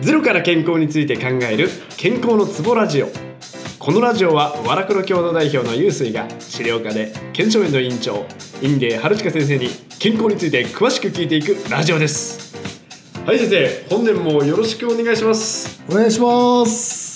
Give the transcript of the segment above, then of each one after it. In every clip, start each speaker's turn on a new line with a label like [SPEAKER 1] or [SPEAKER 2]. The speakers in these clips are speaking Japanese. [SPEAKER 1] ゼロから健康について考える健康のツボラジオこのラジオは和楽の共同代表のゆうすいが資料課で検証園の委員長インデー春近先生に健康について詳しく聞いていくラジオですはい先生本年もよろしくお願いします
[SPEAKER 2] お願いします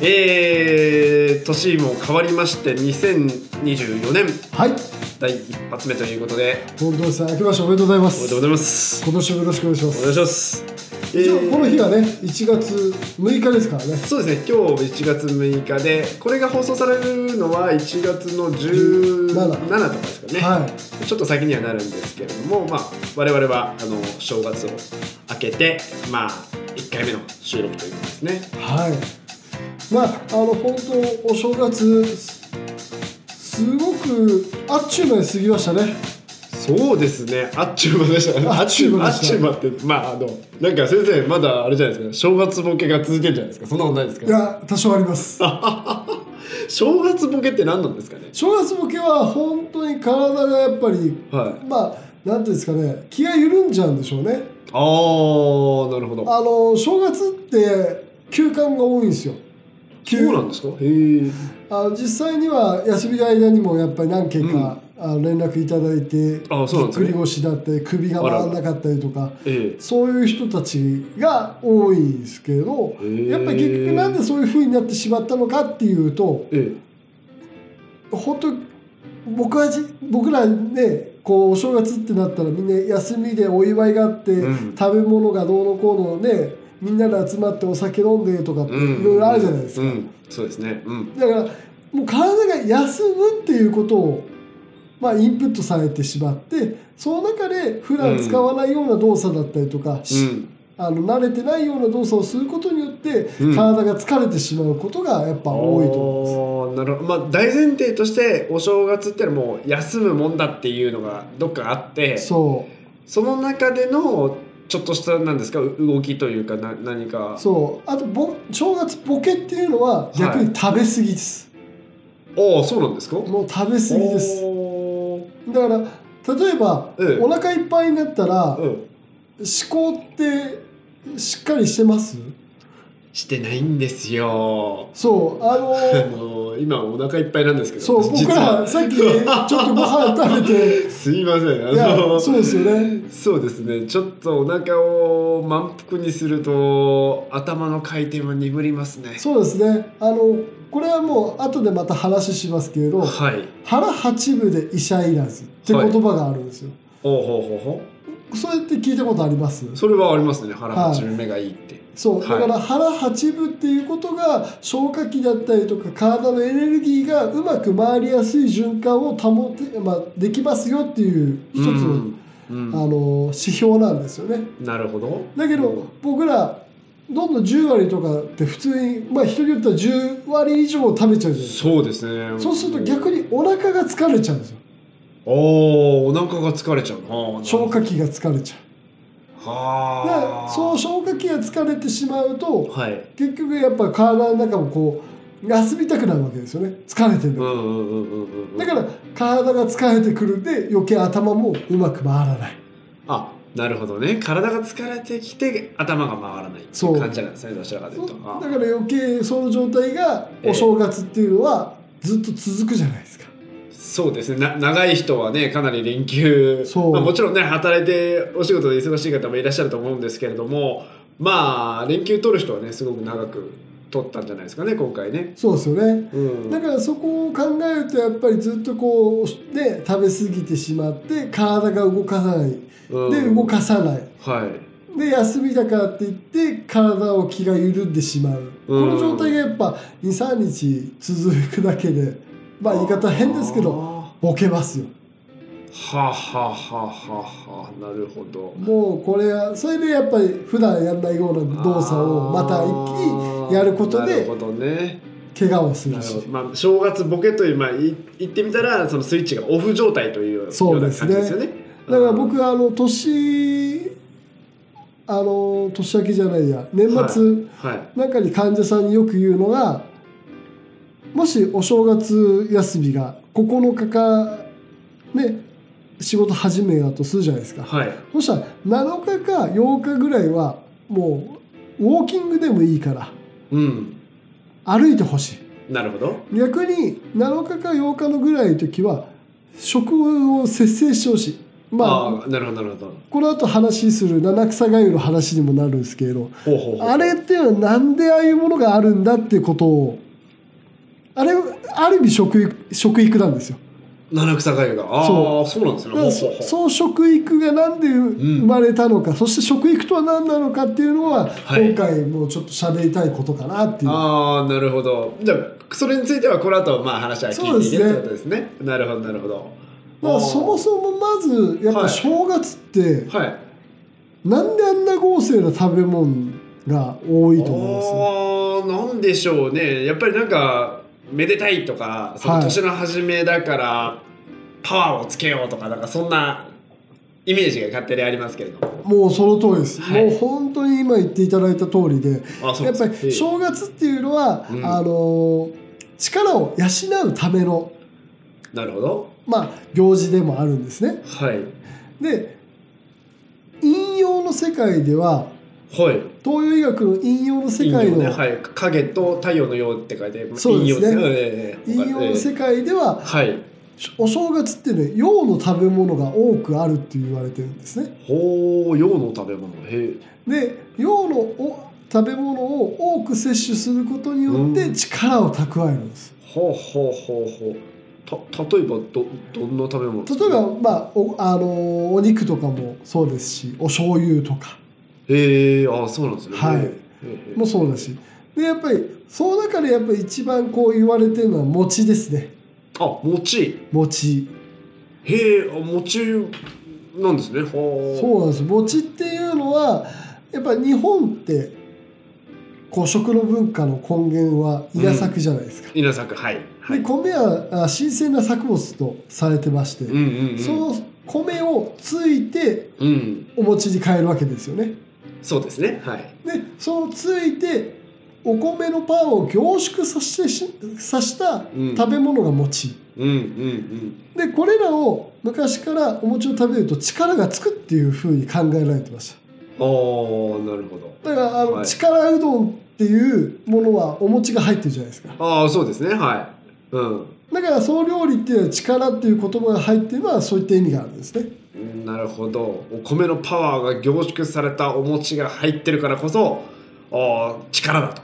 [SPEAKER 1] えー、年も変わりまして2024年
[SPEAKER 2] はい
[SPEAKER 1] 第一発目ということで
[SPEAKER 2] 本当ですね明けましておめでとうございま
[SPEAKER 1] おめでとう
[SPEAKER 2] す
[SPEAKER 1] ございます
[SPEAKER 2] 今年もよろしくお願いしま
[SPEAKER 1] お
[SPEAKER 2] す
[SPEAKER 1] 願いしますえ
[SPEAKER 2] 一応
[SPEAKER 1] ー
[SPEAKER 2] この日はね1月6日ですからね
[SPEAKER 1] そうですね今日1月6日でこれが放送されるのは1月の17とかですかね、
[SPEAKER 2] は
[SPEAKER 1] ちょっと先にはなるんですけれども、まあ、我々はあの正月を明けて、まあ、1回目の収録ということですね
[SPEAKER 2] いはいまああの本当お正月すすごくあっちゅう間に過ぎましたね
[SPEAKER 1] そうですねあっちゅう間でしたねあ
[SPEAKER 2] あ
[SPEAKER 1] っ
[SPEAKER 2] っ
[SPEAKER 1] ち
[SPEAKER 2] ち
[SPEAKER 1] ゅ
[SPEAKER 2] ゅ
[SPEAKER 1] う
[SPEAKER 2] う
[SPEAKER 1] 間
[SPEAKER 2] 間
[SPEAKER 1] あ
[SPEAKER 2] で
[SPEAKER 1] っ
[SPEAKER 2] し
[SPEAKER 1] ちゅ
[SPEAKER 2] た
[SPEAKER 1] う間ってまああのなんか先生まだあれじゃないですか正月ボケが続けるじゃないですかそんなことないです
[SPEAKER 2] い
[SPEAKER 1] か
[SPEAKER 2] や多少あります
[SPEAKER 1] 正月ボケって何なんですかね
[SPEAKER 2] 正月ボケは本当に体がやっぱり
[SPEAKER 1] はい
[SPEAKER 2] まあなんていうんですかね気が緩んじゃうんでしょうね
[SPEAKER 1] あーなるほど
[SPEAKER 2] あの正月って休館が多いんですよ休
[SPEAKER 1] そうなんですかへえ
[SPEAKER 2] あの実際には休みの間にもやっぱり何件か、あの連絡いただいて
[SPEAKER 1] あそうなんですね
[SPEAKER 2] ぎっくり腰だったり首が回らなかったりとか
[SPEAKER 1] え
[SPEAKER 2] そういう人たちが多いんですけど
[SPEAKER 1] えへえ
[SPEAKER 2] やっぱり結局なんでそういうふうになってしまったのかっていうと
[SPEAKER 1] ええ
[SPEAKER 2] 本当僕はじ僕らねこうお正月ってなったらみんな休みでお祝いがあって、
[SPEAKER 1] うん
[SPEAKER 2] 食べ物がどうのこうのねみんなで集まってお酒飲んでとかっていろいろあるじゃないですか。
[SPEAKER 1] うん、そうですね。うん。
[SPEAKER 2] だからもう体が休むっていうことを、まあ、インプットされてしまってその中で普段使わないような動作だったりとか、
[SPEAKER 1] う
[SPEAKER 2] し
[SPEAKER 1] ん。
[SPEAKER 2] あの慣れてないような動作をすることによって、
[SPEAKER 1] うん
[SPEAKER 2] 体が疲れてしまうことがやっぱ多いと思い
[SPEAKER 1] おーな
[SPEAKER 2] ます。
[SPEAKER 1] るほど。まあ大前提としてお正月ってのはもう休むもんだっていうのがどっかあって、そ
[SPEAKER 2] そ
[SPEAKER 1] の中でのちょっとしたなんですかう動きというかな何か
[SPEAKER 2] う。そうあとぼ正月ボケっていうのは逆に食べ過ぎです、
[SPEAKER 1] おお、そうなんですか。過
[SPEAKER 2] もう食べ過ぎです
[SPEAKER 1] おー
[SPEAKER 2] だから例えば、
[SPEAKER 1] ええ
[SPEAKER 2] お腹いっぱいになったら、
[SPEAKER 1] うん。
[SPEAKER 2] 思考ってしっかりしてます
[SPEAKER 1] してないんですよ。
[SPEAKER 2] そうあの
[SPEAKER 1] あ
[SPEAKER 2] ー
[SPEAKER 1] のー今お腹いっぱいなんですけど。
[SPEAKER 2] そう僕
[SPEAKER 1] 実は
[SPEAKER 2] らさっ きちょっとご飯食べて
[SPEAKER 1] すいません。あ
[SPEAKER 2] いや
[SPEAKER 1] のー
[SPEAKER 2] そうですよね
[SPEAKER 1] そうですねちょっとお腹を満腹にすると頭の回転は鈍りますね
[SPEAKER 2] そうですねあのこれはもう後でまた話しますけれど
[SPEAKER 1] はい
[SPEAKER 2] 腹八分で医者いらずって言葉があるんですよ、
[SPEAKER 1] ほうほうほうほ
[SPEAKER 2] そうやって聞いたことあります
[SPEAKER 1] うそれはありますね腹
[SPEAKER 2] はい
[SPEAKER 1] 八分目がいいって、
[SPEAKER 2] そう
[SPEAKER 1] はい
[SPEAKER 2] だから腹八分っていうことが消化器だったりとか体のエネルギーがうまく回りやすい循環を保て、まあ、できますよっていう一つの,、
[SPEAKER 1] うん
[SPEAKER 2] あの指標なんですよね
[SPEAKER 1] なるほど
[SPEAKER 2] だけど僕らどんどん10割とかって普通にまあ人によっては10割以上食べちゃうじゃないですか
[SPEAKER 1] そうですね
[SPEAKER 2] そうすると逆にお腹が疲れちゃうんですよ
[SPEAKER 1] おーお腹が疲れちゃうな
[SPEAKER 2] 消化器が疲れちゃうだか
[SPEAKER 1] はあ
[SPEAKER 2] らそう消化器が疲れてしまうと
[SPEAKER 1] はい
[SPEAKER 2] 結局やっぱ体の中もこう休みたくなるわけですよね疲れて
[SPEAKER 1] うんう
[SPEAKER 2] る
[SPEAKER 1] んうんうんうんうん
[SPEAKER 2] だから体が疲れてくるんで余計頭もうまく回らない
[SPEAKER 1] あなるほどね体が疲れてきて頭が回らないってい
[SPEAKER 2] そうう
[SPEAKER 1] 感じなんですねどちらかというと
[SPEAKER 2] だ
[SPEAKER 1] あ
[SPEAKER 2] から余計その状態が
[SPEAKER 1] ええ
[SPEAKER 2] お正月っていうのはずっと続くじゃないですか
[SPEAKER 1] そうですねな長い人はねかなり連休
[SPEAKER 2] そう
[SPEAKER 1] まあ、もちろんね働いてお仕事で忙しい方もいらっしゃると思うんですけれどもまあ連休取る人はねすごく長く取ったんじゃないですかね今回ね。
[SPEAKER 2] そうですよね
[SPEAKER 1] うん、
[SPEAKER 2] だからそこを考えるとやっぱりずっとこうね食べ過ぎてしまって体が動かない
[SPEAKER 1] うん
[SPEAKER 2] で動かさない
[SPEAKER 1] はい
[SPEAKER 2] で休みだからって言って体を気が緩んでしまうこの状態がやっぱ23日続くだけでまあ言い方変ですけど
[SPEAKER 1] は
[SPEAKER 2] ボケますよ
[SPEAKER 1] あはあはあはあなるほど
[SPEAKER 2] もうこれはそれでやっぱり普段やんないような動作をまた一
[SPEAKER 1] 一
[SPEAKER 2] 気にやること
[SPEAKER 1] な
[SPEAKER 2] で
[SPEAKER 1] るほどね
[SPEAKER 2] 気に怪我をす
[SPEAKER 1] な
[SPEAKER 2] る
[SPEAKER 1] る
[SPEAKER 2] し
[SPEAKER 1] ほど、まあ、正月ボケという、まあ、い言ってみたらそのスイッチがオフ状態というような
[SPEAKER 2] そう
[SPEAKER 1] 感
[SPEAKER 2] で
[SPEAKER 1] じ
[SPEAKER 2] すね
[SPEAKER 1] ですよね。
[SPEAKER 2] だから僕はあの年あの年明けじゃないや年末、
[SPEAKER 1] はい
[SPEAKER 2] なんかに患者さんによく言うのがもしお正月休みが9日かね仕事始めだとするじゃないですか
[SPEAKER 1] はい
[SPEAKER 2] そしたら7日か8日ぐらいはもうウォーキングでもいいから
[SPEAKER 1] うん
[SPEAKER 2] 歩いてほし
[SPEAKER 1] なるほど
[SPEAKER 2] い逆に7日か8日のぐらいの時は食を節制してほしいまあ
[SPEAKER 1] あーなるほどなるほど
[SPEAKER 2] この後話する七草がゆの話にもなるんですけれど
[SPEAKER 1] ほうほうほう
[SPEAKER 2] あれっていうのはなんでああいうものがあるんだっていうことをあれある意味食育食育なんですよ
[SPEAKER 1] 七草がゆがああ
[SPEAKER 2] そ
[SPEAKER 1] そうなんですね
[SPEAKER 2] だから
[SPEAKER 1] ほうほう
[SPEAKER 2] そ
[SPEAKER 1] ほう
[SPEAKER 2] そう食育が何で生まれたのか、そして食育とは何なのかっていうのは、
[SPEAKER 1] い
[SPEAKER 2] 今回もうちょっと喋りたいことかなっていう
[SPEAKER 1] ああなるほどじゃあそれについてはこの後まあ話は聞いていけ
[SPEAKER 2] そうですね
[SPEAKER 1] ってことですねなるほどなるほど
[SPEAKER 2] だからそもそもまずやっ
[SPEAKER 1] は
[SPEAKER 2] ぱ
[SPEAKER 1] い
[SPEAKER 2] 正月って、
[SPEAKER 1] もはい
[SPEAKER 2] なんであんな豪勢な食べ物が多いと思います、ね、
[SPEAKER 1] あーなんでしょうねやっぱりなんかめでたいとかその
[SPEAKER 2] はい
[SPEAKER 1] 年の初めだから、パワーをつけようとかなんかそんなイメージが勝手にありますけれども
[SPEAKER 2] もうその通りです、
[SPEAKER 1] はい
[SPEAKER 2] もう本当に今言っていただいた通りで
[SPEAKER 1] あそう
[SPEAKER 2] や
[SPEAKER 1] で
[SPEAKER 2] っ
[SPEAKER 1] す
[SPEAKER 2] ぱり正月っていうのは、
[SPEAKER 1] うん
[SPEAKER 2] あの力を養うための、
[SPEAKER 1] なるほど
[SPEAKER 2] まあ、行事でもあるんですね。
[SPEAKER 1] はい
[SPEAKER 2] で引用の世界では
[SPEAKER 1] はい
[SPEAKER 2] 東洋医学の引用の世
[SPEAKER 1] 陰
[SPEAKER 2] 界
[SPEAKER 1] 陽ね
[SPEAKER 2] の
[SPEAKER 1] はい、影と太陽のようって書いて
[SPEAKER 2] そうですね
[SPEAKER 1] 陰陽ねええええ
[SPEAKER 2] 引用の世界では
[SPEAKER 1] はい
[SPEAKER 2] お正月ってね洋の食べ物が多くあるって言われてるんですね。
[SPEAKER 1] ほう陽の食べ物へえ
[SPEAKER 2] で洋のお食べ物を多く摂取することによっ
[SPEAKER 1] う
[SPEAKER 2] て
[SPEAKER 1] ん
[SPEAKER 2] 力を蓄えるんです。
[SPEAKER 1] ほうほうほうほうた例えばどどんな食べ物
[SPEAKER 2] 例えば、まあおあのーお肉とかもそうですしお醤油とか
[SPEAKER 1] へえあそうなんですね
[SPEAKER 2] はい
[SPEAKER 1] へえへえ
[SPEAKER 2] もそうだしでやっぱりその中でやっぱり一番こう言われてるのは餅ですね
[SPEAKER 1] あ餅
[SPEAKER 2] 餅
[SPEAKER 1] へえ、あ餅なんですね。はあ。
[SPEAKER 2] そうなんです餅っていうのはやっぱり日本ってこう食の文化の根源は稲作じゃないですか、
[SPEAKER 1] 稲作、はい。はい。
[SPEAKER 2] で米はあ新鮮な作物とされてまして、
[SPEAKER 1] うんうんうん。
[SPEAKER 2] その米をついて
[SPEAKER 1] うん。
[SPEAKER 2] お餅に変えるわけですよね
[SPEAKER 1] そうですね。はい。
[SPEAKER 2] でそのついてお米のパンを凝縮させてしさした
[SPEAKER 1] うん
[SPEAKER 2] 食べ物が餅、
[SPEAKER 1] うんうん
[SPEAKER 2] でこれらを昔からお餅を食べると力がつくっていうふうに考えられてまし
[SPEAKER 1] うん。ああ、なるほど。
[SPEAKER 2] ただからあの、
[SPEAKER 1] はい
[SPEAKER 2] 力うどんっていうものはお餅が入ってるじゃないですか
[SPEAKER 1] ああ、そうですね。はい。う
[SPEAKER 2] だからその料理っていうのは力っていう言葉が入ってるのはそういった意味があるんですね
[SPEAKER 1] ん。なるほど。お米のパワーが凝縮されたお餅が入ってるからこそ、ああ、力だと。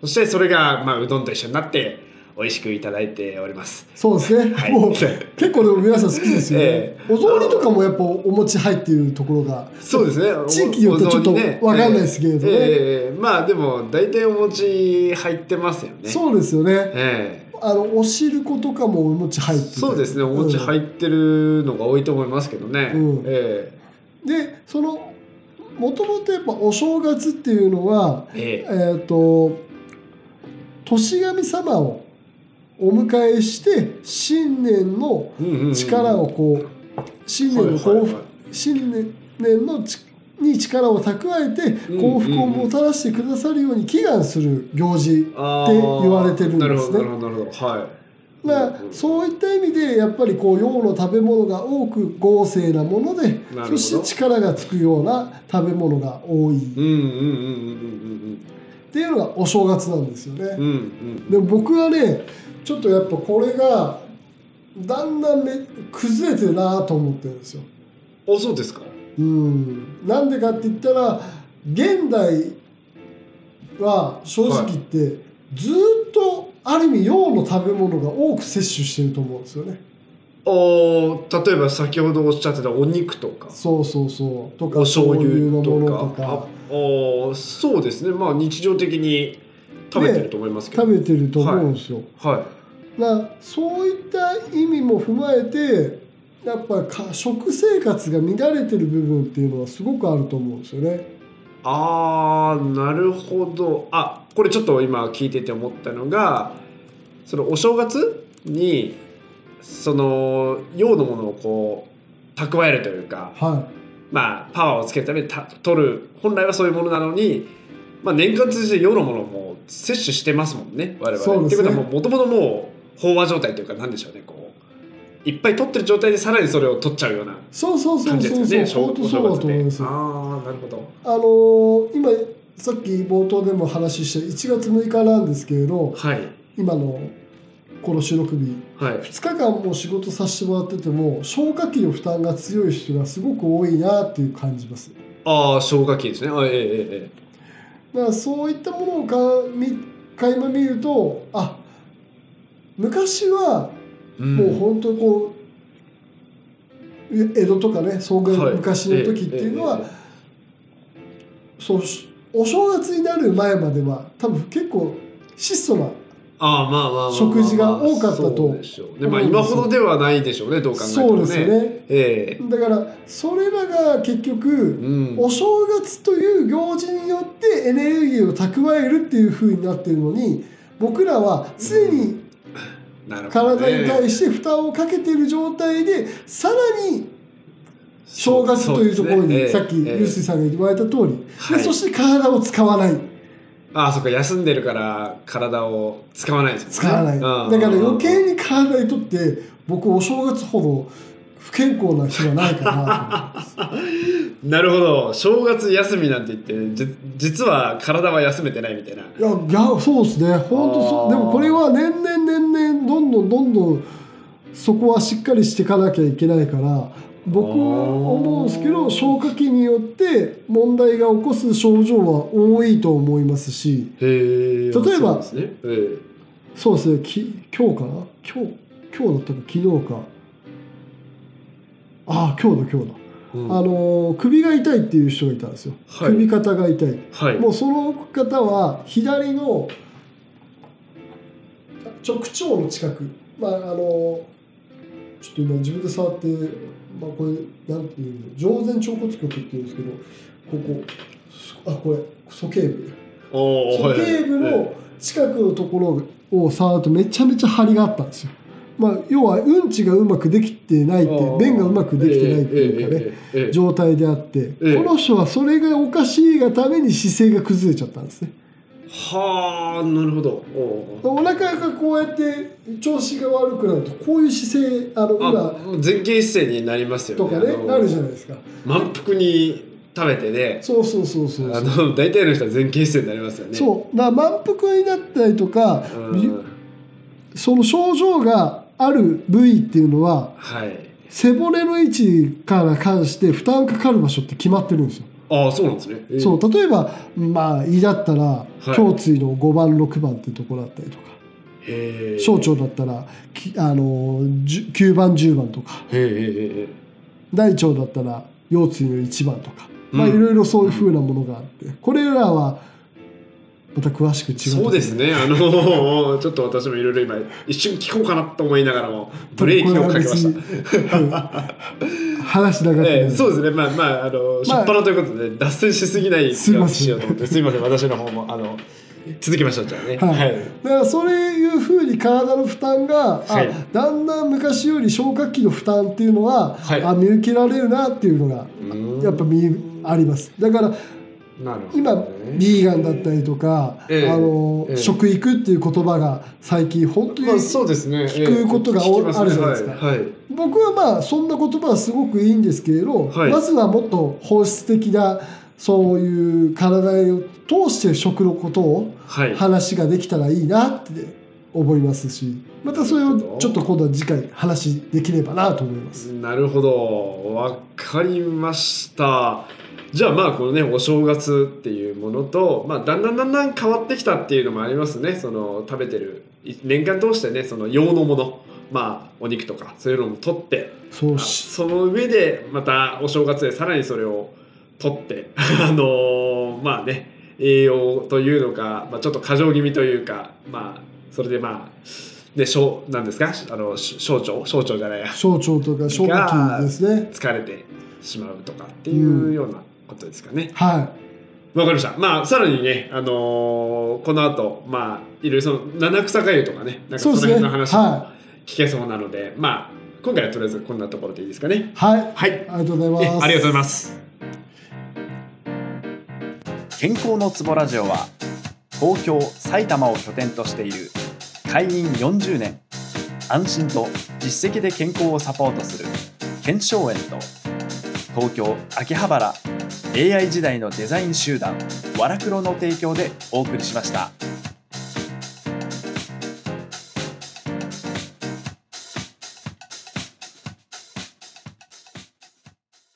[SPEAKER 1] そしてそれが、まあ、うどんと一緒になって、美味しくいただいております。
[SPEAKER 2] そうですね、
[SPEAKER 1] はい。
[SPEAKER 2] もう結構でも皆さん好きですよね、
[SPEAKER 1] え
[SPEAKER 2] お雑煮とかもやっぱお餅入ってるところが
[SPEAKER 1] そうですね。お
[SPEAKER 2] 地域によってちょっと
[SPEAKER 1] お雑煮ね
[SPEAKER 2] わかんないですけれどね
[SPEAKER 1] ええまあでも大体お餅入ってますよね。う。
[SPEAKER 2] そうですよね
[SPEAKER 1] え
[SPEAKER 2] あのお汁粉とかもお餅
[SPEAKER 1] え
[SPEAKER 2] 入ってて
[SPEAKER 1] そうですね。お餅入ってるのが多いと思いますけどね。
[SPEAKER 2] うん
[SPEAKER 1] え
[SPEAKER 2] うんでそのもともとやっぱお正月っていうのは
[SPEAKER 1] ええ
[SPEAKER 2] えっ、と年神様をお迎えして新年の
[SPEAKER 1] えうんうんうん
[SPEAKER 2] 力をこう新年の
[SPEAKER 1] はい
[SPEAKER 2] 幸
[SPEAKER 1] はい
[SPEAKER 2] 福
[SPEAKER 1] は
[SPEAKER 2] 新年のちに力を蓄えて
[SPEAKER 1] うん
[SPEAKER 2] 幸福をもたらしてくださるように祈願する行事
[SPEAKER 1] い
[SPEAKER 2] って言われてるんです
[SPEAKER 1] あーな
[SPEAKER 2] ね
[SPEAKER 1] るほどなるほどなるほど。はい。
[SPEAKER 2] まあ
[SPEAKER 1] うんうん
[SPEAKER 2] そういった意味でやっぱりこう洋の食べ物が多く豪勢なもので
[SPEAKER 1] なるほ
[SPEAKER 2] そ
[SPEAKER 1] ど
[SPEAKER 2] して力がつくような食べ物が多いっ
[SPEAKER 1] うんうんうんうん
[SPEAKER 2] ていうのがお正月なんですよね
[SPEAKER 1] うんうんうん。うん
[SPEAKER 2] でも僕はねちょっとやっぱこれがだんだんめ崩れてるなと思ってるんですよ。
[SPEAKER 1] うん。あそうですか。
[SPEAKER 2] うんなんでかって言ったら現代は正直言って、ずーっとある意味洋の食べ物が多く摂取してると思うんですよね。
[SPEAKER 1] ああ例えば先ほどおっしゃってたお肉とか。
[SPEAKER 2] そうそうそうとか
[SPEAKER 1] お醤油
[SPEAKER 2] 醤
[SPEAKER 1] とか
[SPEAKER 2] 油のものと
[SPEAKER 1] あ
[SPEAKER 2] か
[SPEAKER 1] あーそうですねまあ日常的に食べてると思いますけど、
[SPEAKER 2] 食べてると思うんですよ。
[SPEAKER 1] は
[SPEAKER 2] だからそういった意味も踏まえてやっぱか食生活が乱れてる部分っていうのはすごくあると思うんですよね。
[SPEAKER 1] いあーなるほどあこれちょっと今聞いてて思ったのがそのお正月にその用のものをこう蓄えるというか
[SPEAKER 2] は
[SPEAKER 1] まあパワーをつけるためにた取る本来はそういうものなのに、まあ、年間通じて用のものも摂取してますもんね我々。
[SPEAKER 2] そうですね、
[SPEAKER 1] っていうことはもともともう飽和状態というかなんでしょうねこういっぱい取ってる状態でさらにそれを取っちゃうようない
[SPEAKER 2] そうそうそ
[SPEAKER 1] 感
[SPEAKER 2] う
[SPEAKER 1] じ
[SPEAKER 2] そう
[SPEAKER 1] ですよね
[SPEAKER 2] そう、本当
[SPEAKER 1] お
[SPEAKER 2] そうだと思いま
[SPEAKER 1] ですあ
[SPEAKER 2] よ。
[SPEAKER 1] あなるほど。
[SPEAKER 2] あのー今さっき冒頭でも話した1月6日なんですけれど
[SPEAKER 1] はい
[SPEAKER 2] 今のこの収録日
[SPEAKER 1] はい
[SPEAKER 2] 2日間も仕事させてもらってても消化器の負担が強い人がすごく多いなっていう感じます
[SPEAKER 1] ああ消化器ですねあええええ
[SPEAKER 2] だからそういったものをかみ垣間見るとあ昔は
[SPEAKER 1] ええん
[SPEAKER 2] もう本当こう、い江戸とかねそうぐらい
[SPEAKER 1] はい
[SPEAKER 2] 昔の時っていうのは、
[SPEAKER 1] えええ
[SPEAKER 2] そうお正月になる前までは多分結構質素な
[SPEAKER 1] えああまあまあまあまあ
[SPEAKER 2] 食事が多かったと
[SPEAKER 1] そうでしょうねまあ今ほどではないでしょうねどう考えて
[SPEAKER 2] そ
[SPEAKER 1] も
[SPEAKER 2] う
[SPEAKER 1] ね
[SPEAKER 2] ですよね
[SPEAKER 1] ええ
[SPEAKER 2] だからそれらが結局、
[SPEAKER 1] うん
[SPEAKER 2] お正月という行事によってエネルギーを蓄えるっていう風になってるのに僕らは常
[SPEAKER 1] う
[SPEAKER 2] に
[SPEAKER 1] なるほどね
[SPEAKER 2] 体に対して負担をかけてる状態でさらに正月というところ
[SPEAKER 1] そう
[SPEAKER 2] に、
[SPEAKER 1] です
[SPEAKER 2] さ
[SPEAKER 1] ね
[SPEAKER 2] っき
[SPEAKER 1] ええ
[SPEAKER 2] ユースさんが言われた通り、
[SPEAKER 1] はい
[SPEAKER 2] でそして体を使わない
[SPEAKER 1] ああそっか休んでるから体を使わないですもんね
[SPEAKER 2] 使わない、
[SPEAKER 1] うん
[SPEAKER 2] だから余計に体にとって僕お正月ほど不健康な日はないかなと思います
[SPEAKER 1] なるほど正月休みなんて言ってじ実は体は休めてないみたいない
[SPEAKER 2] やいやそうですね本当
[SPEAKER 1] あー
[SPEAKER 2] そうでもこれは年々年々どんどんどんどんそこはしっかりしていかなきゃいけないから僕は思うんですけ
[SPEAKER 1] あ
[SPEAKER 2] ど
[SPEAKER 1] ー
[SPEAKER 2] 消化器によって問題が起こす症状は多いと思いますし
[SPEAKER 1] へえ
[SPEAKER 2] 例え
[SPEAKER 1] そ
[SPEAKER 2] ば
[SPEAKER 1] うですね、え
[SPEAKER 2] そうですねき今日かな今日今日だったか昨日かああ今日だ今日だ
[SPEAKER 1] えうん
[SPEAKER 2] あのー首が痛いっていう人がいたんですよ、
[SPEAKER 1] はい
[SPEAKER 2] 首肩が痛い
[SPEAKER 1] はい
[SPEAKER 2] もうその方は左の直腸の近くまああのーちょっと今自分で触って、まあ、これなんていうの上前腸骨極っていうんですけどここあこれ鼠径部
[SPEAKER 1] おー
[SPEAKER 2] 鼠径部の近くのところを触るとめちゃめちゃ張りがあったんですよ、まあ、要はうんちがうまくできてないって便がうまくできてないっていうかね、
[SPEAKER 1] ええええええええ
[SPEAKER 2] 状態であって、
[SPEAKER 1] ええ
[SPEAKER 2] この人はそれがおかしいがために姿勢が崩れちゃったんですね
[SPEAKER 1] はあなるほどおー
[SPEAKER 2] お腹がこうやって調子が悪くなるとこういう姿勢あの
[SPEAKER 1] あ
[SPEAKER 2] 今
[SPEAKER 1] 前傾姿勢になりますよ
[SPEAKER 2] と
[SPEAKER 1] ね
[SPEAKER 2] かねなるじゃ
[SPEAKER 1] ん
[SPEAKER 2] ないですか
[SPEAKER 1] 満腹に食べてね
[SPEAKER 2] そうそうそうそう
[SPEAKER 1] あ
[SPEAKER 2] そう
[SPEAKER 1] の大体の人は前傾姿勢になりますよね
[SPEAKER 2] そうな満腹になったりとか
[SPEAKER 1] うん
[SPEAKER 2] その症状がある部位っていうのは
[SPEAKER 1] はい
[SPEAKER 2] 背骨の位置から関して負担かかる場所って決まってるんですよ、
[SPEAKER 1] ああそうなんですね、ええ
[SPEAKER 2] そう例えばまあ胃だったら
[SPEAKER 1] い
[SPEAKER 2] 胸椎の5番6番っていうところだったりとか
[SPEAKER 1] へえ
[SPEAKER 2] 小腸だったらきあのじゅ9番10番とか
[SPEAKER 1] へえへえへえ
[SPEAKER 2] 大腸だったら腰椎の1番とか、まあ、
[SPEAKER 1] うん
[SPEAKER 2] いろいろそういうふうなものがあって、これらはまた詳しく違うところ
[SPEAKER 1] そうですね、あの ちょっと私もいろいろ今、一瞬聞こうかなと思いながらも、ブレーキをかけました。
[SPEAKER 2] うん話しながら、
[SPEAKER 1] ええそうですね、まあ、まあ、あの、し
[SPEAKER 2] まあ
[SPEAKER 1] ょっぱなということで、脱線しすぎないよ
[SPEAKER 2] すいうま
[SPEAKER 1] に
[SPEAKER 2] せん
[SPEAKER 1] しようと思って、すいません、私の方も、あの、続きましょう、じゃあね。
[SPEAKER 2] はいだからそういうふうに体の負担が、
[SPEAKER 1] はい
[SPEAKER 2] あだんだん昔より消化器の負担っていうのは、
[SPEAKER 1] はい
[SPEAKER 2] あ見受けられるなっていうのがやっぱ見ありますだから
[SPEAKER 1] なるほどね
[SPEAKER 2] 今ビーガンだったりとか、
[SPEAKER 1] ええ
[SPEAKER 2] あの
[SPEAKER 1] ええ
[SPEAKER 2] 食育っていう言葉が最近本当に、
[SPEAKER 1] まあ、そうですね。
[SPEAKER 2] 聞くことが多
[SPEAKER 1] 聞き
[SPEAKER 2] い
[SPEAKER 1] ますね
[SPEAKER 2] あるじゃないですか
[SPEAKER 1] はい。はい
[SPEAKER 2] 僕はまあそんな言葉はすごくいいんですけれど、
[SPEAKER 1] はい
[SPEAKER 2] まずはもっと本質的なそういう体を通して食のことを
[SPEAKER 1] はい
[SPEAKER 2] 話ができたらいいなって思いますしまたそれをちょっと今度は次回話できればなと思います。
[SPEAKER 1] なるほどわかりましたじゃあまあこのねお正月っていうものと、まあ、だんだんだんだん変わってきたっていうのもありますねその食べてるい年間通してねその用のものまあお肉とかそういうのも取って
[SPEAKER 2] そうし
[SPEAKER 1] その上でまたお正月でさらにそれを取って あのーまあね栄養というのか、まあ、ちょっと過剰気味というかまあそれでまあね小なんですかあのし小腸小腸じゃないや
[SPEAKER 2] 小腸とか小腸ですね。
[SPEAKER 1] 疲れてしまうとかっていうようなことですかね。
[SPEAKER 2] は
[SPEAKER 1] わ、かりました。まあさらにね、あのーこの後まあいろいろその七草粥とかね、なんかそ
[SPEAKER 2] そう
[SPEAKER 1] の
[SPEAKER 2] ですね
[SPEAKER 1] 辺の話も
[SPEAKER 2] は
[SPEAKER 1] 聞けそうなので、まあ今回はとりあえずこんなところでいいですかね
[SPEAKER 2] い。。はい。
[SPEAKER 1] はい。
[SPEAKER 2] ありがとうござ
[SPEAKER 1] え
[SPEAKER 2] います。
[SPEAKER 1] ありがとうございます。
[SPEAKER 3] 健康のツボラジオは東京埼玉を拠点としている会員40年安心と実績で健康をサポートする健証園と東京秋葉原 AI 時代のデザイン集団ワラクロの提供でお送りしました。